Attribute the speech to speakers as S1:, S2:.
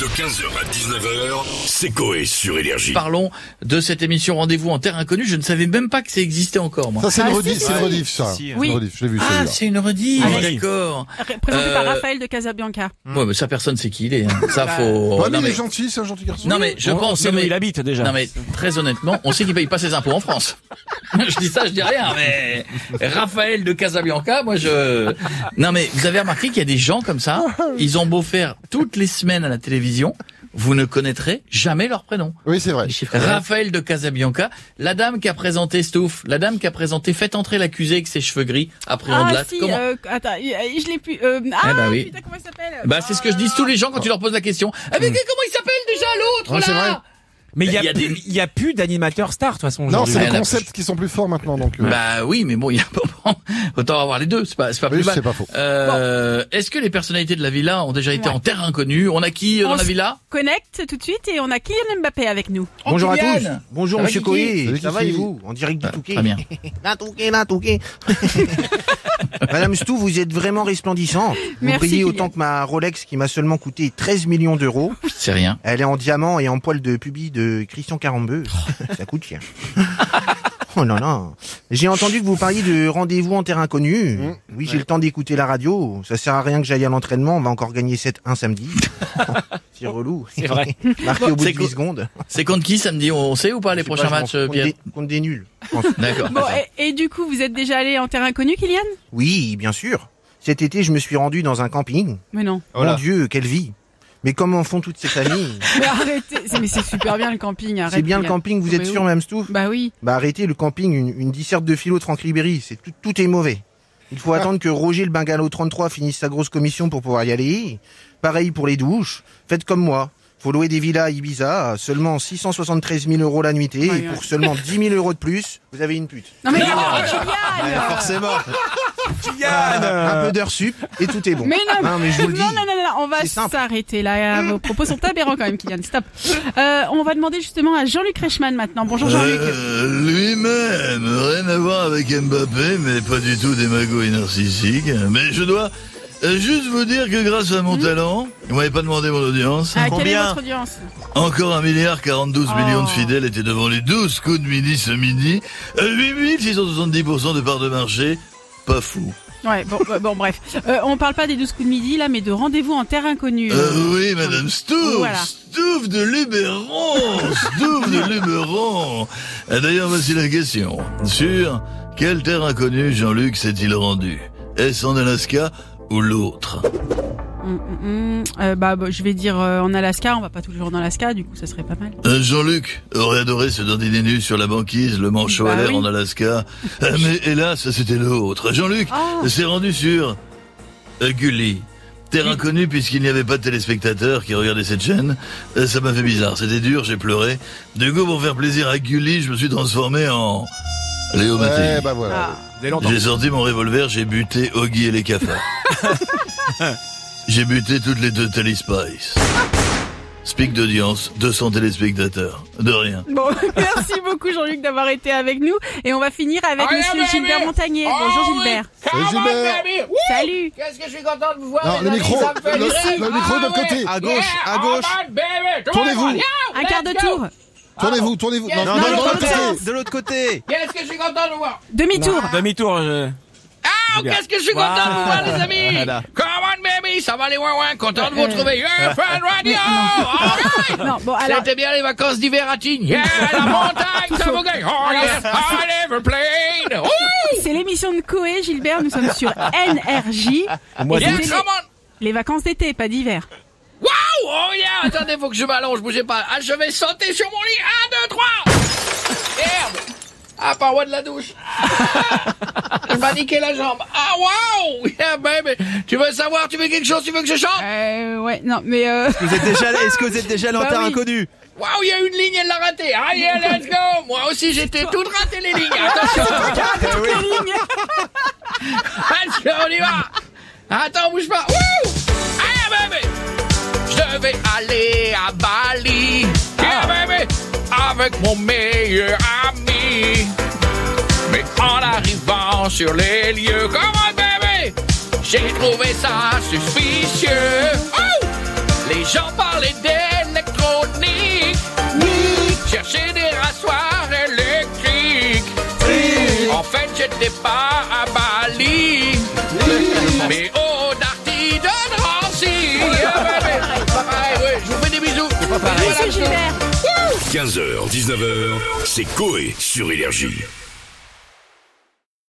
S1: De 15h à 19h, c'est Coé sur Énergie.
S2: Parlons de cette émission Rendez-vous en Terre Inconnue. Je ne savais même pas que ça existait encore, moi.
S3: Ça, c'est
S4: Ah,
S3: une
S4: si,
S3: rediff,
S4: si,
S3: c'est une
S4: si.
S3: rediff, ça.
S5: Si,
S3: C'est
S4: oui.
S3: une rediff, je l'ai vu
S2: Ah,
S3: celui-là.
S2: c'est une rediff,
S5: Allez.
S2: d'accord.
S4: Présenté par
S2: Euh,
S4: Raphaël de Casabianca.
S2: Ouais, mais ça, personne sait qui il est. hein. Ça, faut... non,
S3: Ouais, mais il est
S2: mais...
S3: gentil, c'est un gentil garçon.
S2: non, mais je
S5: On- on
S2: pense...
S5: sait
S2: non,
S5: où
S2: mais-
S5: il habite déjà.
S2: Non mais très honnêtement, on sait qu'il paye pas ses impôts en France. je dis ça, je dis rien, mais Raphaël de Casabianca, moi je. Non mais vous avez remarqué qu'il y a des gens comme ça, ils ont beau faire toutes les semaines à la télévision, vous ne connaîtrez jamais leur prénom.
S3: Oui, c'est vrai.
S2: Raphaël de Casabianca, la dame qui a présenté Stouff, la dame qui a présenté Faites entrer l'accusé avec ses cheveux gris après on
S4: Ah
S2: Ondelat.
S4: si,
S2: Comment
S4: euh, attends, euh, je l'ai plus. euh, ah
S2: Eh ben oui.
S4: putain, comment il s'appelle
S2: Bah c'est ce que je dis tous les gens quand tu leur poses la question. Ah
S6: Hmm.
S2: mais comment il s'appelle déjà l'autre
S3: Ouais, c'est vrai.
S2: là
S5: Mais il
S2: Il
S5: n'y
S2: y
S5: a,
S2: a des-
S5: plus- il y a plus d'animateur star, de toute façon.
S3: Non,
S5: aujourd'hui.
S3: c'est
S2: Ah,
S3: les
S2: la
S3: concepts qui sont plus forts maintenant, donc. euh,
S2: Bah oui, mais bon, il y a pas autant avoir les deux, c'est pas c'est pas
S3: Oui,
S2: plus mal.
S3: c'est pas faux.
S2: Euh, Est-ce que les personnalités de la villa ont déjà été
S4: Ouais.
S2: en terre inconnue On a qui euh, dans
S4: On
S2: la
S4: s-
S2: villa
S4: Connect tout de suite et on a Kylian Mbappé avec nous.
S6: Bonjour à tous.
S2: Kylian
S6: Bonjour
S2: Ça va,
S6: Monsieur
S2: Kiki
S6: Coé.
S3: Salut,
S6: Ça va
S3: Kiki.
S6: et vous En direct du Touquet.
S2: Bah, Très bien.
S6: La Touquet, la Touquet. Madame Stou, vous êtes vraiment resplendissante. Vous
S4: Merci,
S6: brillez
S4: Kylian.
S6: autant que ma Rolex qui m'a seulement coûté 13 millions d'euros.
S2: C'est rien.
S6: Elle est en diamant et en poil de pubis de Christian Carambeu. Ça coûte cher. Oh non, non. J'ai entendu que vous parliez de rendez-vous en terre inconnue. Oui, j'ai le temps d'écouter la radio. Ça sert à rien que j'aille à l'entraînement. On va encore gagner 7-1 samedi. C'est relou.
S5: C'est vrai.
S6: Marqué au bout
S2: C'est
S6: de
S2: cool.
S6: 10 secondes.
S2: C'est contre qui samedi On sait ou pas les
S6: Je sais pas,
S2: prochains
S6: je m'en
S2: matchs,
S6: fous.
S2: euh,
S6: Contre
S2: Pierre
S6: des- Contre des nuls. je pense.
S2: D'accord.
S4: Bon, et, et du coup, vous êtes déjà allé en terre inconnue, Kylian
S6: Oui, bien sûr. Cet été, je me suis rendu dans un camping.
S4: Mais non.
S6: Mon Dieu, quelle vie Mais comment font toutes ces familles
S4: Mais arrêtez, c'est- mais c'est super bien le camping. arrête,
S6: C'est bien le
S4: Kylian.
S6: camping, vous
S4: Mais
S6: êtes sûr,
S4: oui.
S6: Mme Stouff
S4: Bah oui.
S6: Bah arrêtez le camping, une, une disserte de philo de Franck Ribéry, c'est tout, tout est mauvais. Il
S4: Ah.
S6: faut attendre que Roger le Bungalow 33 finisse sa grosse commission pour pouvoir y aller. Pareil pour les douches, faites comme moi. Faut louer des villas à Ibiza, à seulement 673 000 euros la nuitée,
S4: Ouais,
S6: et
S4: ouais.
S6: pour seulement 10 000 euros de plus, vous avez une pute.
S4: Non mais non, Ah,
S6: Bah, forcément Euh,
S5: Yann
S6: Un peu d'heure sup, et tout est bon.
S4: Mais non,
S6: mais je vous le dis.
S4: non, non, non, non, on va
S6: C'est simple. Mm.
S4: s'arrêter là. Vos propos sont aberrants quand même, Kylian. Stop. Euh, on va demander justement à Jean-Luc Reichmann maintenant. Bonjour Jean-Luc.
S7: Euh, Lui-même, rien à voir avec Mbappé, mais pas du tout démago et narcissique. Mais je dois euh, juste vous dire que grâce à mon talent, vous m'avez pas demandé mon audience,
S4: Hmm. Ah, quelle est
S7: combien
S4: votre audience
S7: Encore un milliard 42
S4: Oh.
S7: millions de fidèles étaient devant les 12 coups de midi ce midi. Euh, 8670% de part de marché, pas fou.
S4: Ouais, bon, ouais, bon bref. Euh, on parle pas des 12 coups de midi là, mais de rendez-vous en terre inconnue.
S7: Euh, oui, Madame Stouff,
S4: Voilà.
S7: Stouff de Luberon, Stouff de Luberon. Ah, D'ailleurs, voici la question. Sur quelle terre inconnue Jean-Luc s'est-il rendu Est-ce en Alaska ou l'autre
S4: Hum, hum, hum. Euh, bah, bah, je vais dire euh, en Alaska, on va pas toujours en Alaska, du coup ça serait pas mal.
S7: Euh, Jean-Luc aurait adoré se dandiner nu sur la banquise, le manchot
S4: Bah
S7: à l'air
S4: oui.
S7: en Alaska. Euh, Mais hélas, c'était l'autre. Jean-Luc
S4: Ah.
S7: s'est rendu sur euh, Gulli. Terre inconnue puisqu'il n'y avait pas de téléspectateurs qui regardaient cette chaîne. Euh, ça m'a fait bizarre, c'était dur, j'ai pleuré. Du coup, pour faire plaisir à Gulli, je me suis transformé en Léo Mattei.
S3: Ouais, bah voilà.
S4: Ah.
S5: Dès longtemps.
S7: J'ai sorti mon revolver, j'ai buté Oggy et les cafards. j'ai buté toutes les deux Tally Spice. Speak d'audience, 200 téléspectateurs. De rien.
S4: Bon, merci beaucoup Jean-Luc d'avoir été avec nous et on va finir avec
S8: Ah,
S4: Monsieur
S8: mais,
S4: Gilbert
S8: mais,
S4: Montagnier.
S8: oh,
S4: Bonjour
S8: oui.
S4: Gilbert.
S3: Salut,
S8: Come on,
S3: Gilbert.
S8: baby. Woo!
S4: Salut.
S8: Qu'est-ce que je suis content de vous voir
S3: Non,
S8: les
S3: le
S8: amis,
S3: micro,
S8: ça me fait
S3: le,
S8: du bien.
S3: le micro d'un
S8: Ah, ouais.
S3: côté.
S6: À gauche,
S8: Yeah,
S6: à gauche.
S8: come on, baby. Come
S3: Tournez-vous.
S8: on, yeah,
S4: Un
S8: let's
S4: quart de
S8: go.
S4: tour.
S3: Tournez-vous, tournez-vous.
S8: Non,
S6: Non,
S3: dans
S6: de
S4: dans
S6: l'autre
S3: l'autre
S4: l'autre
S3: côté.
S6: côté. De l'autre côté.
S8: Qu'est-ce que je suis content de vous voir
S4: Demi-tour.
S5: Demi-tour. je-
S8: Ah,
S5: Bien.
S8: qu'est-ce que je suis content de vous voir, les amis
S5: Voilà.
S8: Come on, baby, ça va les ouin content de vous
S4: Euh.
S8: retrouver Yeah, Fun Radio Alright.
S4: Non, bon alors.
S8: C'était bien les vacances d'hiver à Tignes Yeah, la montagne, ça vous gagne Oh yes, I never played Oh,
S4: C'est l'émission de Coé, Gilbert. Nous sommes sur NRJ.
S5: Moi,
S8: Yeah,
S4: Écoutez,
S8: come on
S4: Les vacances d'été, pas d'hiver.
S8: Waouh Oh yeah Attendez, faut que je m'allonge, bougez pas. Ah, je vais sauter sur mon lit. 1, 2, 3 Merde Ah, par moi de la douche. Ah je m'a niqué la jambe. Ah, waouh Yeah, baby Tu veux savoir, tu veux quelque chose, tu veux que je chante
S4: Euh, ouais, non, mais euh,
S5: Vous êtes déjà, est-ce que vous êtes déjà
S4: Bah
S5: terre
S4: oui.
S5: inconnue
S8: Waouh, il y a une ligne, elle l'a ratée. Ah, yeah, let's go Moi aussi, j'étais toute ratée, les lignes. Attention
S4: quelle ligne
S8: Attention, on y va Attends, bouge pas Wouh Ah, baby Je vais aller à Bali Yeah, baby Avec mon meilleur ami Mais en arrivant sur les lieux Come on, baby J'ai trouvé ça suspicieux Oh Les gens parlaient des Ah,
S4: Super
S1: 15h, 19h, c'est Coé sur Énergie.